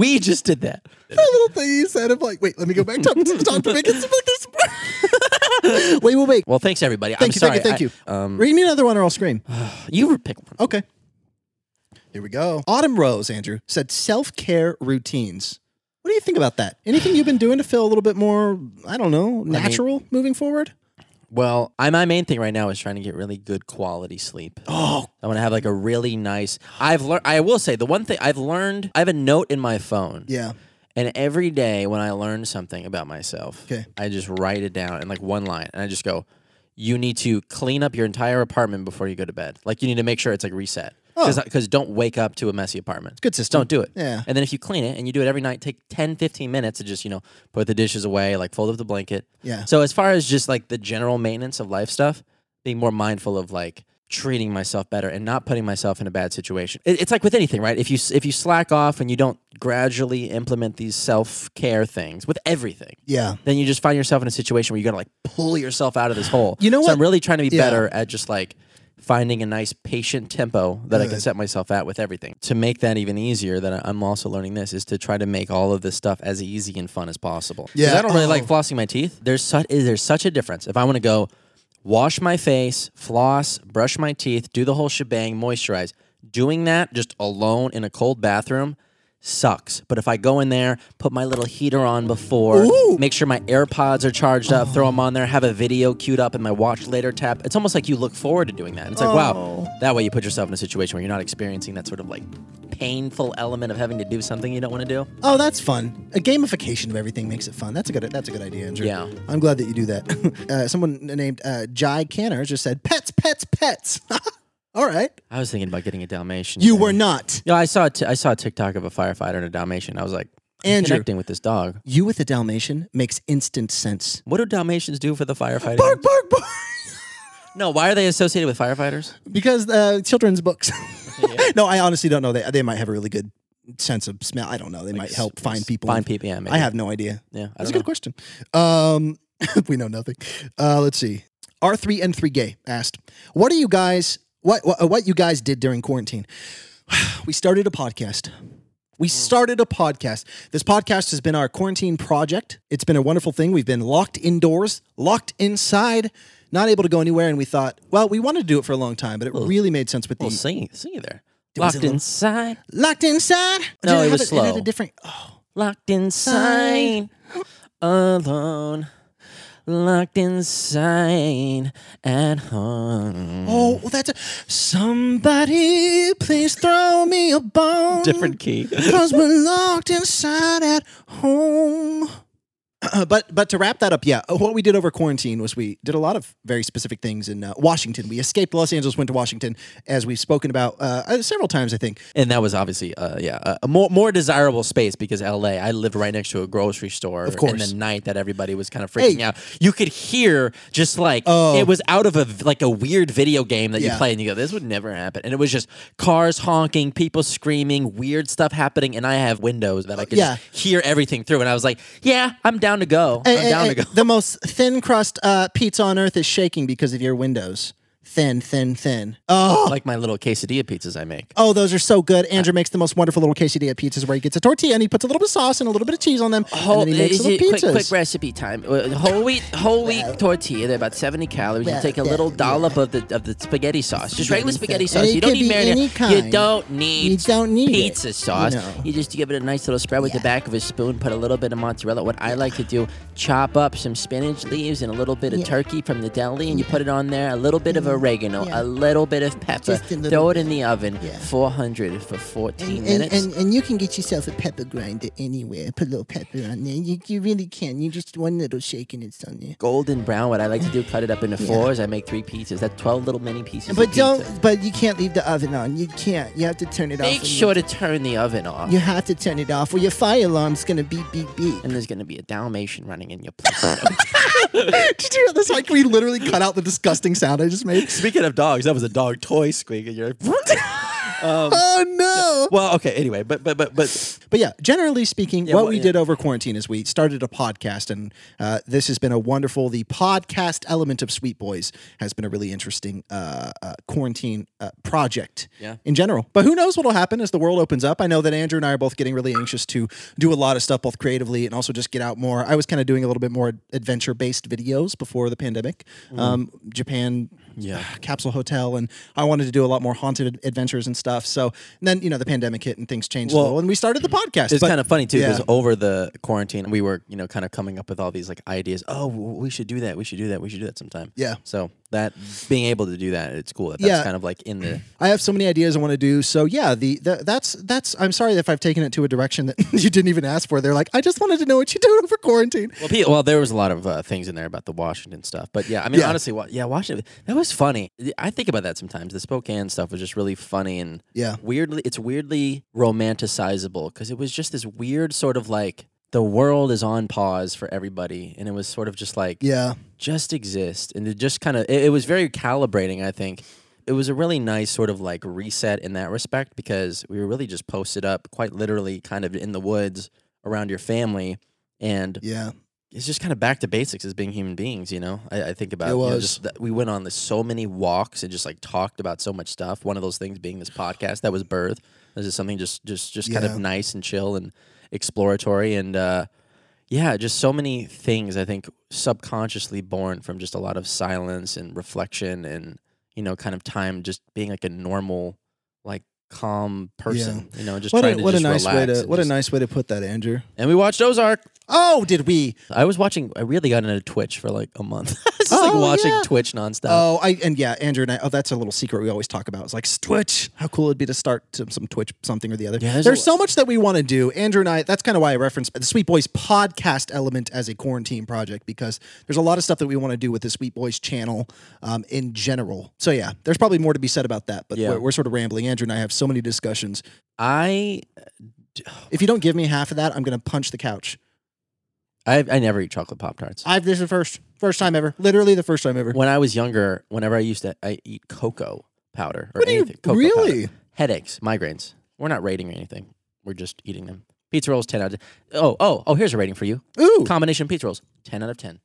Speaker 2: we just did that.
Speaker 1: that little thing you said of like, wait, let me go back to, to Dr. Pickens. wait, wait, wait.
Speaker 2: Well, thanks everybody.
Speaker 1: Thank you,
Speaker 2: I'm sorry.
Speaker 1: thank you, thank
Speaker 2: I-
Speaker 1: you.
Speaker 2: um,
Speaker 1: Read me another one or I'll scream.
Speaker 2: you pick one.
Speaker 1: Okay. Here we go. Autumn Rose, Andrew, said self care routines. What do you think about that? Anything you've been doing to feel a little bit more, I don't know, natural moving forward?
Speaker 2: Well, I my main thing right now is trying to get really good quality sleep.
Speaker 1: Oh,
Speaker 2: I want to have like a really nice. I've learned. I will say the one thing I've learned. I have a note in my phone.
Speaker 1: yeah.
Speaker 2: And every day when I learn something about myself,
Speaker 1: Okay.
Speaker 2: I just write it down in like one line and I just go, you need to clean up your entire apartment before you go to bed. Like you need to make sure it's like reset. Because don't wake up to a messy apartment.
Speaker 1: Good system.
Speaker 2: Don't do it.
Speaker 1: Yeah.
Speaker 2: And then if you clean it and you do it every night, take 10, 15 minutes to just, you know, put the dishes away, like fold up the blanket.
Speaker 1: Yeah.
Speaker 2: So as far as just like the general maintenance of life stuff, being more mindful of like treating myself better and not putting myself in a bad situation. It, it's like with anything, right? If you s- if you slack off and you don't gradually implement these self-care things with everything,
Speaker 1: Yeah.
Speaker 2: then you just find yourself in a situation where you got to like pull yourself out of this hole.
Speaker 1: You know
Speaker 2: so
Speaker 1: what?
Speaker 2: I'm really trying to be
Speaker 1: Yeah.
Speaker 2: better at just like finding a nice patient tempo that I can
Speaker 1: Good.
Speaker 2: set myself at with everything. To make that even easier, that I- I'm also learning this is to try to make all of this stuff as easy and fun as possible. 'Cause
Speaker 1: Yeah.
Speaker 2: I don't really
Speaker 1: Oh.
Speaker 2: like flossing my teeth. There's such is there's such a difference. If I want to go wash my face, floss, brush my teeth, do the whole shebang, moisturize. Doing that just alone in a cold bathroom sucks. But if I go in there, put my little heater on before, make sure my AirPods are charged up, throw them on there, have a video queued up in my watch later tap. It's almost like you look forward to doing that. And it's like,
Speaker 1: Oh.
Speaker 2: wow, that way you put yourself in a situation where you're not experiencing that sort of like painful element of having to do something you don't want to do.
Speaker 1: Oh, that's fun. A gamification of everything makes it fun. That's a good. That's a good idea, Andrew.
Speaker 2: Yeah.
Speaker 1: I'm glad that you do that. uh, someone named uh, Jai Canner just said, "Pets, pets, pets." All right,
Speaker 2: I was thinking about getting a Dalmatian.
Speaker 1: you
Speaker 2: today.
Speaker 1: were not
Speaker 2: Yeah, I saw a t- I saw a TikTok of a firefighter and a Dalmatian. I was like, I'm
Speaker 1: Andrew.
Speaker 2: connecting with this dog.
Speaker 1: you with a Dalmatian makes instant sense.
Speaker 2: What do Dalmatians do for the firefighting?
Speaker 1: Bark, bark, bark.
Speaker 2: No, why are they associated with firefighters?
Speaker 1: because uh, children's books. no, I honestly don't know. They they might have a really good sense of smell. I don't know. They might help find people.
Speaker 2: Find people, yeah, maybe.
Speaker 1: I have no idea.
Speaker 2: Yeah, I
Speaker 1: That's a
Speaker 2: don't
Speaker 1: good question. Um, we know nothing. Uh, let's see. R3N3 Gay asked, "What are you guys? What what, what you guys did during quarantine? we started a podcast.
Speaker 2: Hmm.
Speaker 1: We started a podcast. This podcast has been our quarantine project. It's been a wonderful thing. We've been locked indoors, locked inside, not able to go anywhere. And we thought, well, we wanted to do it for a long time, but it really made sense with the
Speaker 2: Well, singing, singing there. Locked
Speaker 1: was a little-
Speaker 2: inside,
Speaker 1: locked inside.
Speaker 2: No, it
Speaker 1: Did have
Speaker 2: was
Speaker 1: a, It had
Speaker 2: slow.
Speaker 1: a different. Oh,
Speaker 2: locked inside, alone, locked inside at home.
Speaker 1: oh, well, that's a, somebody. Please throw me a bone.
Speaker 2: Different key.
Speaker 1: Cause we're locked inside at home. Uh, but but to wrap that up, yeah, what we did over quarantine was we did a lot of very specific things in uh, Washington. We escaped Los Angeles, went to Washington, as we've spoken about uh, uh, several times, I think.
Speaker 2: and that was obviously, uh, yeah, a- a more more desirable space because L.A. I lived right next to a grocery store. Of And
Speaker 1: course.
Speaker 2: the night that everybody was kind of freaking
Speaker 1: Hey. Oh.
Speaker 2: out, you could hear just like it was out of a v- like a weird video game that you
Speaker 1: Yeah.
Speaker 2: play, and you go, "This would never happen." And it was just cars honking, people screaming, weird stuff happening, and I have windows that I could
Speaker 1: Yeah.
Speaker 2: just hear everything through. And I was like, "Yeah, I'm down to go. I'm
Speaker 1: And-
Speaker 2: down
Speaker 1: and-
Speaker 2: to go."
Speaker 1: and The most thin crust uh, pizza on earth is shaking because of your windows. Thin, thin, thin. Oh,
Speaker 2: like my little quesadilla pizzas I make.
Speaker 1: oh, those are so good.
Speaker 2: Uh,
Speaker 1: Andrew makes the most wonderful little quesadilla pizzas where he gets a tortilla and he puts a little bit of sauce and a little bit of cheese on them, and then he makes
Speaker 2: is
Speaker 1: little
Speaker 2: it-
Speaker 1: pizzas.
Speaker 2: Quick, quick recipe time. Uh, Whole wheat, whole wheat tortilla. They're about seventy calories. you
Speaker 3: Well,
Speaker 2: take a
Speaker 3: that-
Speaker 2: little dollop of the of the spaghetti sauce, just regular spaghetti
Speaker 3: Spaghetti
Speaker 2: sauce.
Speaker 1: And it
Speaker 2: You don't
Speaker 1: could
Speaker 2: need
Speaker 1: be any
Speaker 2: marinade. You
Speaker 1: kind.
Speaker 2: don't need.
Speaker 1: You don't need it,
Speaker 2: pizza sauce.
Speaker 1: you know.
Speaker 2: You just give it a nice little spread with the back of a spoon. Put a little bit of mozzarella. What I like to do, chop up some spinach leaves and a little bit of turkey from the deli, and you put it on there. A little bit of
Speaker 1: Mm-hmm.
Speaker 2: oregano,
Speaker 3: Yeah.
Speaker 2: a little bit of pepper.
Speaker 3: Just a little
Speaker 2: Throw it in the oven,
Speaker 3: Yeah.
Speaker 2: four hundred for fourteen
Speaker 3: And, and,
Speaker 2: minutes.
Speaker 3: and, and you can get yourself a pepper grinder anywhere. Put a little pepper on there. You, you really can. You just one little shake and it's on there.
Speaker 2: golden brown. What I like to do, cut it up into fours. I make three pieces. That's twelve little mini pieces.
Speaker 3: But
Speaker 2: of
Speaker 3: don't.
Speaker 2: pizza.
Speaker 3: But you can't leave the oven on. You can't. You have to turn it off.
Speaker 2: make
Speaker 3: when you-
Speaker 2: sure to turn the oven off.
Speaker 3: You have to turn it off, or your fire alarm's gonna beep beep beep.
Speaker 2: And there's gonna be a Dalmatian running in your place.
Speaker 1: Did you hear this? Like we literally cut out the disgusting sound I just made.
Speaker 2: Speaking of dogs, that was a dog toy squeak in your.
Speaker 1: oh no!
Speaker 2: Well, okay. Anyway, but but but but
Speaker 1: But yeah, generally speaking, what
Speaker 2: well,
Speaker 1: we
Speaker 2: yeah.
Speaker 1: did over quarantine is we started a podcast, and uh, this has been a wonderful. The podcast element of Sweet Boys has been a really interesting uh, uh, quarantine uh, project
Speaker 2: Yeah.
Speaker 1: in general. But who knows what will happen as the world opens up? I know that Andrew and I are both getting really anxious to do a lot of stuff, both creatively and also just get out more. I was kind of doing a little bit more adventure based videos before the pandemic. Um, Japan.
Speaker 2: Mm.
Speaker 1: uh,
Speaker 2: Yeah.
Speaker 1: capsule hotel, and I wanted to do a lot more haunted ad- adventures and stuff. So and then you know the pandemic hit and things changed a
Speaker 2: Well,
Speaker 1: little, and we started the podcast.
Speaker 2: it's
Speaker 1: But-
Speaker 2: kind of funny too because
Speaker 1: yeah.
Speaker 2: over the quarantine we were you know kind of coming up with all these like ideas. Oh, w- we should do that. We should do that. We should do that sometime.
Speaker 1: Yeah.
Speaker 2: So that being able to do that, it's cool. That that's
Speaker 1: Yeah.
Speaker 2: kind of like in the
Speaker 1: I have so many ideas I want to do. So yeah, the, the that's that's. I'm sorry if I've taken it to a direction that you didn't even ask for. They're like, I just wanted to know what you do over quarantine.
Speaker 2: Well, Pete, well, there was a lot of uh, things in there about the Washington stuff, but yeah, I mean,
Speaker 1: Yeah.
Speaker 2: honestly, wa- yeah, Washington, that was funny. I think about that sometimes. The Spokane stuff was just really funny and
Speaker 1: Yeah.
Speaker 2: weirdly, it's weirdly romanticizable because it was just this weird sort of like the world is on pause for everybody, and it was sort of just like
Speaker 1: Yeah,
Speaker 2: just exist and it just kind of it, it was very calibrating i think it was a really nice sort of like reset in that respect because we were really just posted up quite literally kind of in the woods around your family and
Speaker 1: yeah,
Speaker 2: it's just kind of back to basics as being human beings you know i, I think about
Speaker 1: It
Speaker 2: you know,
Speaker 1: was.
Speaker 2: just that we went on this, so many walks and just like talked about so much stuff one of those things being this podcast that was birth this is something just just just kind
Speaker 1: Yeah.
Speaker 2: of nice and chill and exploratory and uh yeah, just so many things I think subconsciously born from just a lot of silence and reflection and you know kind of time just being like a normal like calm person, you know, just
Speaker 1: What
Speaker 2: trying
Speaker 1: a,
Speaker 2: to
Speaker 1: what a
Speaker 2: just
Speaker 1: nice way
Speaker 2: relax.
Speaker 1: to
Speaker 2: and
Speaker 1: what a
Speaker 2: just-
Speaker 1: nice way to put that, Andrew.
Speaker 2: And we watched Ozark.
Speaker 1: Oh, did we?
Speaker 2: I was watching I really got into Twitch for like a month. just like
Speaker 1: Oh,
Speaker 2: watching
Speaker 1: yeah.
Speaker 2: Twitch nonstop.
Speaker 1: Oh, I and yeah, Andrew and I. Oh, that's a little secret we always talk about. It's like Twitch. How cool it'd be to start some, some Twitch something or the other.
Speaker 2: Yeah,
Speaker 1: there's
Speaker 2: there's a-
Speaker 1: so much that we want to do. Andrew and I. That's kind of why I referenced the Sweet Boys podcast element as a quarantine project because there's a lot of stuff that we want to do with the Sweet Boys channel um, in general. So yeah, there's probably more to be said about that. But
Speaker 2: Yeah.
Speaker 1: we're, we're sort of rambling. Andrew and I have so many discussions.
Speaker 2: I
Speaker 1: If you don't give me half of that, I'm gonna punch the couch.
Speaker 2: I I never eat chocolate pop tarts.
Speaker 1: I've this is the first first time ever. Literally the first time ever.
Speaker 2: When I was younger, whenever I used to I eat cocoa powder or
Speaker 1: What do you-
Speaker 2: anything. cocoa powder.
Speaker 1: really?
Speaker 2: headaches, migraines. We're not rating or anything. We're just eating them. Pizza rolls, ten out of. 10. Oh, oh, oh! Here's a rating for you.
Speaker 1: Ooh,
Speaker 2: Combination pizza rolls, ten out of ten.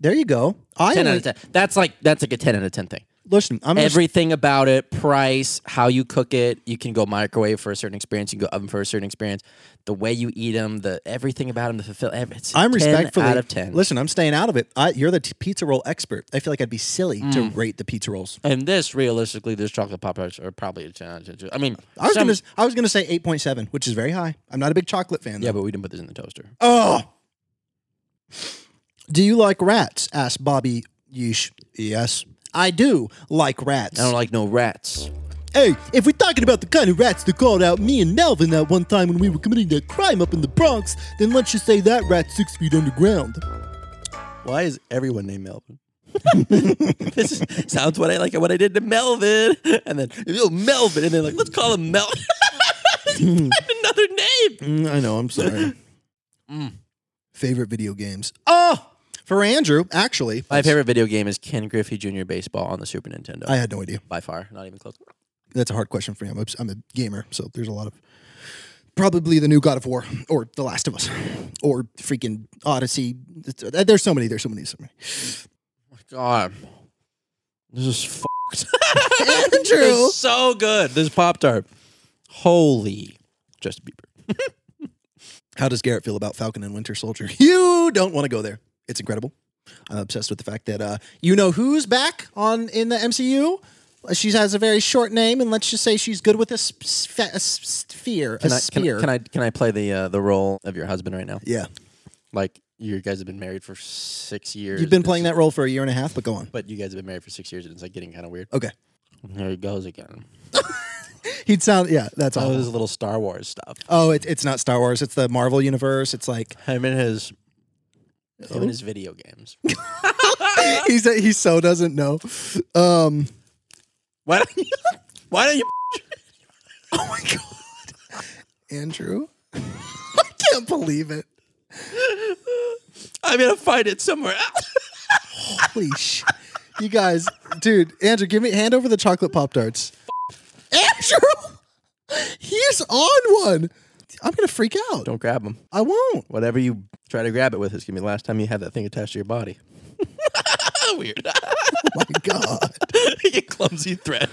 Speaker 1: there you go. I
Speaker 2: Ten out
Speaker 1: only-
Speaker 2: of ten. That's like that's like a ten out of ten thing.
Speaker 1: listen. I'm gonna
Speaker 2: Everything about it, price, how you cook it. You can go microwave for a certain experience. You can go oven for a certain experience. The way you eat them, the everything about them, the fulfill. ev- It's
Speaker 1: I'm
Speaker 2: 10
Speaker 1: respectfully
Speaker 2: out of ten.
Speaker 1: Listen, I'm staying out of it. I, you're the t- pizza roll expert. I feel like I'd be silly to
Speaker 2: Mm.
Speaker 1: rate the pizza rolls.
Speaker 2: and this, realistically, this chocolate pop tarts are probably a ten out of ten. I mean,
Speaker 1: I was
Speaker 2: some-
Speaker 1: gonna, I was gonna say 8.7, which is very high. I'm not a big chocolate fan.
Speaker 2: yeah,
Speaker 1: Though.
Speaker 2: but we didn't put this in the toaster.
Speaker 1: Oh. Do you like rats? Asked Bobby Yeesh. Yes, I do like rats.
Speaker 2: I don't like no rats.
Speaker 1: Hey, if we're talking about the kind of rats that called out me and Melvin that one time when we were committing that crime up in the Bronx, then let's just say that rat's six feet underground.
Speaker 2: Why is everyone named Melvin? this is, sounds what I like what I did to Melvin, and then oh, Melvin, and then like let's call him Melvin. Another name.
Speaker 1: Mm, I know. I'm sorry.
Speaker 2: Mm.
Speaker 1: Favorite video games? Oh, for Andrew, actually,
Speaker 2: My favorite video game is Ken Griffey Jr. Baseball on the Super Nintendo.
Speaker 1: I had no idea.
Speaker 2: By far, not even close.
Speaker 1: That's a hard question for him. I'm- I'm a gamer, so there's a lot of probably the new God of War or The Last of Us or freaking Odyssey. It's- uh, There's so many. There's so many. So many.
Speaker 2: God, this is fucked.
Speaker 1: Andrew,
Speaker 2: It's so good. This Pop Tart, holy, Justin Bieber.
Speaker 1: how does Garrett feel about Falcon and Winter Soldier? You don't want to go there. It's incredible. I'm obsessed with the fact that uh, you know who's back on in the MCU. Uh, She has a very short name, and let's just say she's good with a, sp- sp- a sp- sphere.
Speaker 2: Can
Speaker 1: a
Speaker 2: I, can,
Speaker 1: spear.
Speaker 2: I- can I can I play the uh, the role of your husband right now?
Speaker 1: Yeah.
Speaker 2: Like you guys have been married for six years.
Speaker 1: You've been
Speaker 2: and it's
Speaker 1: playing that role for a year and a half, but go on.
Speaker 2: But you guys have been married for six years, and it's like getting kind of weird.
Speaker 1: Okay.
Speaker 2: There he goes again.
Speaker 1: He'd sound, yeah, that's
Speaker 2: All
Speaker 1: all.
Speaker 2: his little Star Wars stuff.
Speaker 1: Oh, it, it's not Star Wars. It's the Marvel universe. It's like
Speaker 2: Him and his, him and his video games.
Speaker 1: he's he so doesn't know. Um,
Speaker 2: why don't you? Why don't you?
Speaker 1: oh my god, Andrew, I can't believe it.
Speaker 2: I'm gonna find it somewhere else.
Speaker 1: Holy sh! You guys, dude, Andrew, give me hand over the chocolate pop tarts. Andrew, He's on one. I'm gonna freak out.
Speaker 2: Don't grab them.
Speaker 1: I won't.
Speaker 2: Whatever you try to grab it with is gonna be the last time you have that thing attached to your body. Weird.
Speaker 1: My God.
Speaker 2: you clumsy thread.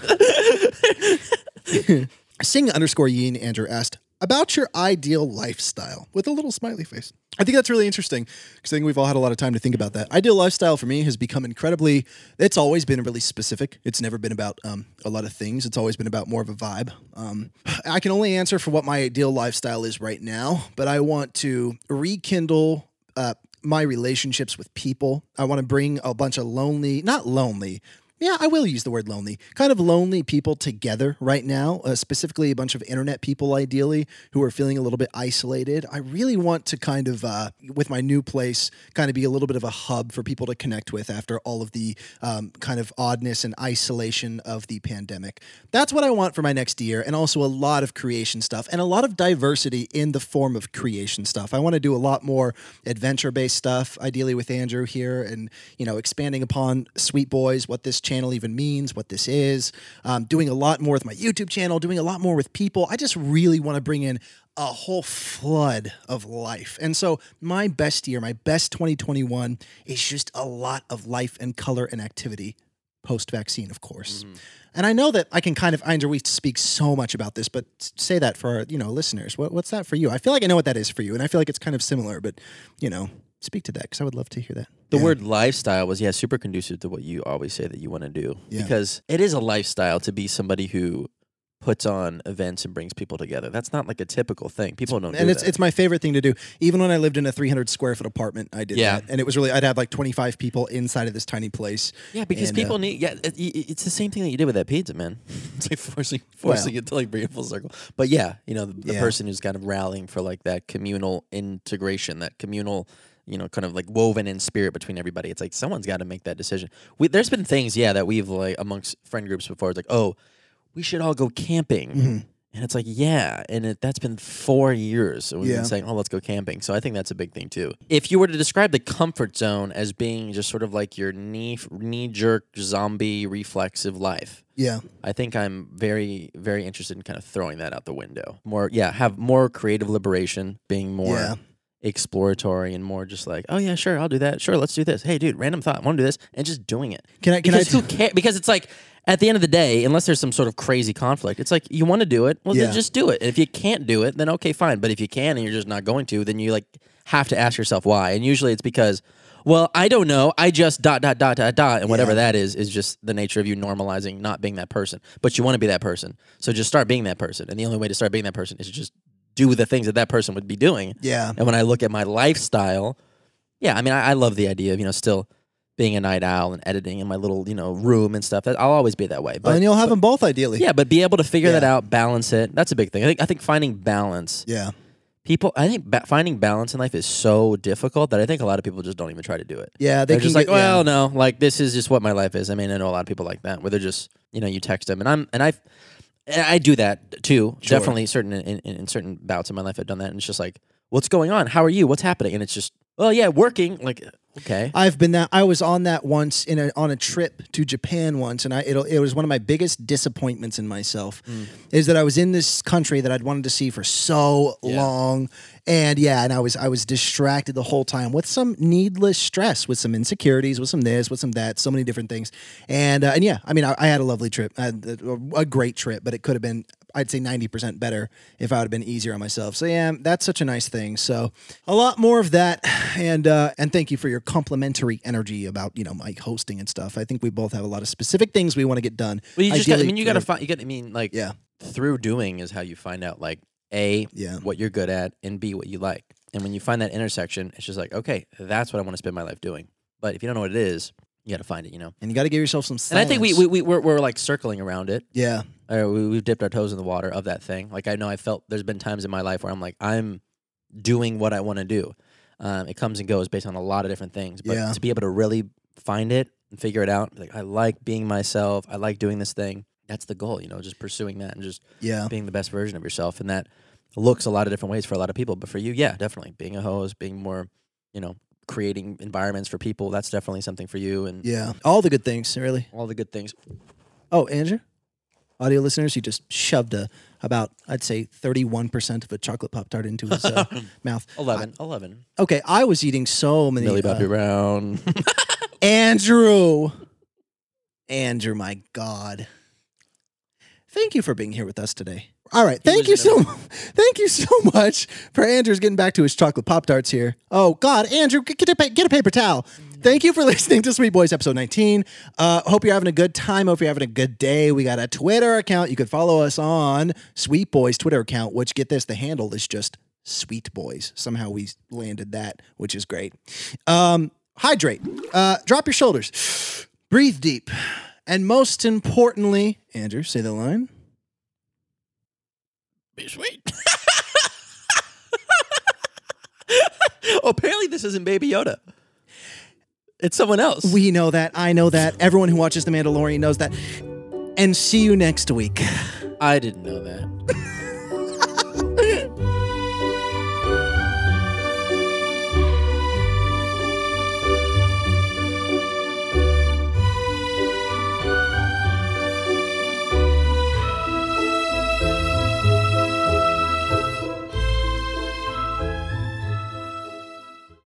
Speaker 1: Sing underscore Yin Andrew asked about your ideal lifestyle with a little smiley face. I think that's really interesting because I think we've all had a lot of time to think about that. Ideal lifestyle for me has become incredibly, it's always been really specific. It's never been about um, a lot of things, it's always been about more of a vibe. Um, I can only answer for what my ideal lifestyle is right now, but I want to rekindle uh, my relationships with people. I want to bring a bunch of lonely, not lonely, yeah, I will use the word lonely. Kind of lonely people together right now, uh, specifically a bunch of internet people, ideally, who are feeling a little bit isolated. I really want to kind of, uh, with my new place, kind of be a little bit of a hub for people to connect with after all of the um, kind of oddness and isolation of the pandemic. That's what I want for my next year, and also a lot of creation stuff and a lot of diversity in the form of creation stuff. I want to do a lot more adventure based stuff, ideally with Andrew here, and you know, expanding upon Sweet Boys, what this channel even means, what this is. Um, doing a lot more with my YouTube channel, doing a lot more with people. I just really want to bring in a whole flood of life. And so, my best year, my best 2021 is just a lot of life and color and activity post vaccine, of course.
Speaker 2: Mm-hmm.
Speaker 1: And I know that I can kind of, Andrew, we speak so much about this, but s- say that for our, you know, listeners. What, what's that for you? I feel like I know what that is for you, and I feel like it's kind of similar, but, you know, speak to that because I would love to hear that.
Speaker 2: The
Speaker 1: Yeah.
Speaker 2: word lifestyle was yeah super conducive to what you always say that you want to do
Speaker 1: Yeah.
Speaker 2: because it is a lifestyle to be somebody who puts on events and brings people together. That's not like a typical thing. People don't.
Speaker 1: and
Speaker 2: do
Speaker 1: it's
Speaker 2: that.
Speaker 1: it's my favorite thing to do. Even when I lived in a 300 square foot apartment, I did
Speaker 2: Yeah.
Speaker 1: that, and it was really I'd have like 25 people inside of this tiny place.
Speaker 2: yeah because
Speaker 1: and, uh,
Speaker 2: people need yeah it, it- it's the same thing that you did with that pizza man. it's like forcing forcing it to like bring it full circle. But yeah, you know the, the
Speaker 1: Yeah.
Speaker 2: person who's kind of rallying for like that communal integration, that communal. You know, kind of like woven in spirit between everybody. It's like someone's got to make that decision. We, there's been things, yeah, that we've like amongst friend groups before. It's like, oh, we should all go camping.
Speaker 1: Mm-hmm.
Speaker 2: And it's like, yeah. And it, that's been four years. So we've
Speaker 1: Yeah.
Speaker 2: been saying, oh, let's go camping. So I think that's a big thing, too. If you were to describe the comfort zone as being just sort of like your knee knee jerk zombie reflexive life,
Speaker 1: Yeah,
Speaker 2: I think I'm very, very interested in kind of throwing that out the window. More, yeah, have more creative liberation, being more
Speaker 1: Yeah.
Speaker 2: exploratory and more just like, oh, yeah, sure, I'll do that. Sure, let's do this. Hey, dude, random thought, want to do this. And just doing it
Speaker 1: can I can
Speaker 2: because
Speaker 1: I
Speaker 2: who care? Because it's like at the end of the day, unless there's some sort of crazy conflict, it's like you want to do it, well,
Speaker 1: Yeah.
Speaker 2: then just do it. And if you can't do it, then okay, fine. But if you can and you're just not going to, then you like have to ask yourself why. And usually it's because, well, I don't know. I just dot dot dot dot dot, and whatever that is is just the nature of you normalizing not being that person. But you want to be that person, so just start being that person. And the only way to start being that person is to just do the things that that person would be doing.
Speaker 1: yeah
Speaker 2: And when I look at my lifestyle, yeah, I mean, I, I love the idea of you know still being a night owl and editing in my little you know room and stuff. That I'll always be that way. But
Speaker 1: and you'll have them both ideally.
Speaker 2: yeah, but be able to figure that
Speaker 1: Yeah.
Speaker 2: out, balance it. That's a big thing. I think I think finding balance.
Speaker 1: yeah,
Speaker 2: People, I think ba- finding balance in life is so difficult that I think a lot of people just don't even try to do it.
Speaker 1: yeah. They
Speaker 2: They are
Speaker 1: can
Speaker 2: just like,
Speaker 1: get- yeah.
Speaker 2: well, no, like this is just what my life is. I mean, I know a lot of people like that where they're just, you know, you text them, and I'm, and I, and I do that too.
Speaker 1: Sure.
Speaker 2: Definitely, certain in, in, in certain bouts in my life, I've done that, and it's just like, what's going on? How are you? What's happening? And it's just, well, yeah, working. Like, okay,
Speaker 1: I've been that. I was on that once in a, on a trip to Japan once, and I it'll, it was one of my biggest disappointments in myself is that I was in this country that I'd wanted to see for so long, and yeah, and I was I was distracted the whole time with some needless stress, with some insecurities, with some this, with some that, so many different things, and uh, and yeah, I mean, I, I had a lovely trip, I had a, a great trip, but it could have been. I'd say 90% better if I would have been easier on myself. So yeah, that's such a nice thing. So a lot more of that and uh and thank you for your complimentary energy about, you know, my hosting and stuff. I think we both have a lot of specific things we want to get done.
Speaker 2: well, you just, got, I
Speaker 1: Ideally
Speaker 2: mean, you got to
Speaker 1: through-
Speaker 2: find. You got, I mean, like,
Speaker 1: Yeah.
Speaker 2: through doing is how you find out, like, a,
Speaker 1: Yeah.
Speaker 2: what you're good at, and b, what you like. And when you find that intersection, it's just like, okay, that's what I want to spend my life doing. But if you don't know what it is, you got to find it. You know.
Speaker 1: And you got to give yourself some
Speaker 2: And I
Speaker 1: silence.
Speaker 2: think we, we, we we're, we're like circling around it.
Speaker 1: Yeah.
Speaker 2: or we, we've dipped our toes in the water of that thing. Like I know I felt there's been times in my life where I'm like I'm doing what I want to do. Um, it comes and goes based on a lot of different things, but
Speaker 1: Yeah.
Speaker 2: to be able to really find it and figure it out, like I like being myself. I like doing this thing. That's the goal, you know, just pursuing that and just
Speaker 1: Yeah.
Speaker 2: being the best version of yourself. And that looks a lot of different ways for a lot of people. But for you, yeah, definitely being a host, being more, you know, creating environments for people. That's definitely something for you and
Speaker 1: Yeah. All the good things, really.
Speaker 2: all the good things.
Speaker 1: Oh, Andrew? audio listeners, he just shoved a about I'd say 31% of a chocolate pop tart into his uh, mouth.
Speaker 2: 11. 11.
Speaker 1: Okay, I was eating so many.
Speaker 2: Billy
Speaker 1: uh,
Speaker 2: Bobby Brown.
Speaker 1: Andrew. Andrew, my God. Thank you for being here with us today. All right. Thank you
Speaker 2: was
Speaker 1: so thank you so much for Andrew's getting back to his chocolate pop tarts here. Oh God, Andrew, get a pa- get a paper towel. Thank you for listening to Sweet Boys episode 19. Uh, hope you're having a good time. Hope you're having a good day. We got a Twitter account. You can follow us on Sweet Boys Twitter account, which get this, the handle is just Sweet Boys. Somehow we landed that, which is great. Um, hydrate. Uh, drop your shoulders. Breathe deep. And most importantly, Andrew, say the line.
Speaker 2: Be sweet. oh, apparently this isn't Baby Yoda. It's someone else.
Speaker 1: We know that. I know that. Everyone who watches The Mandalorian knows that. And see you next week.
Speaker 2: I didn't know that.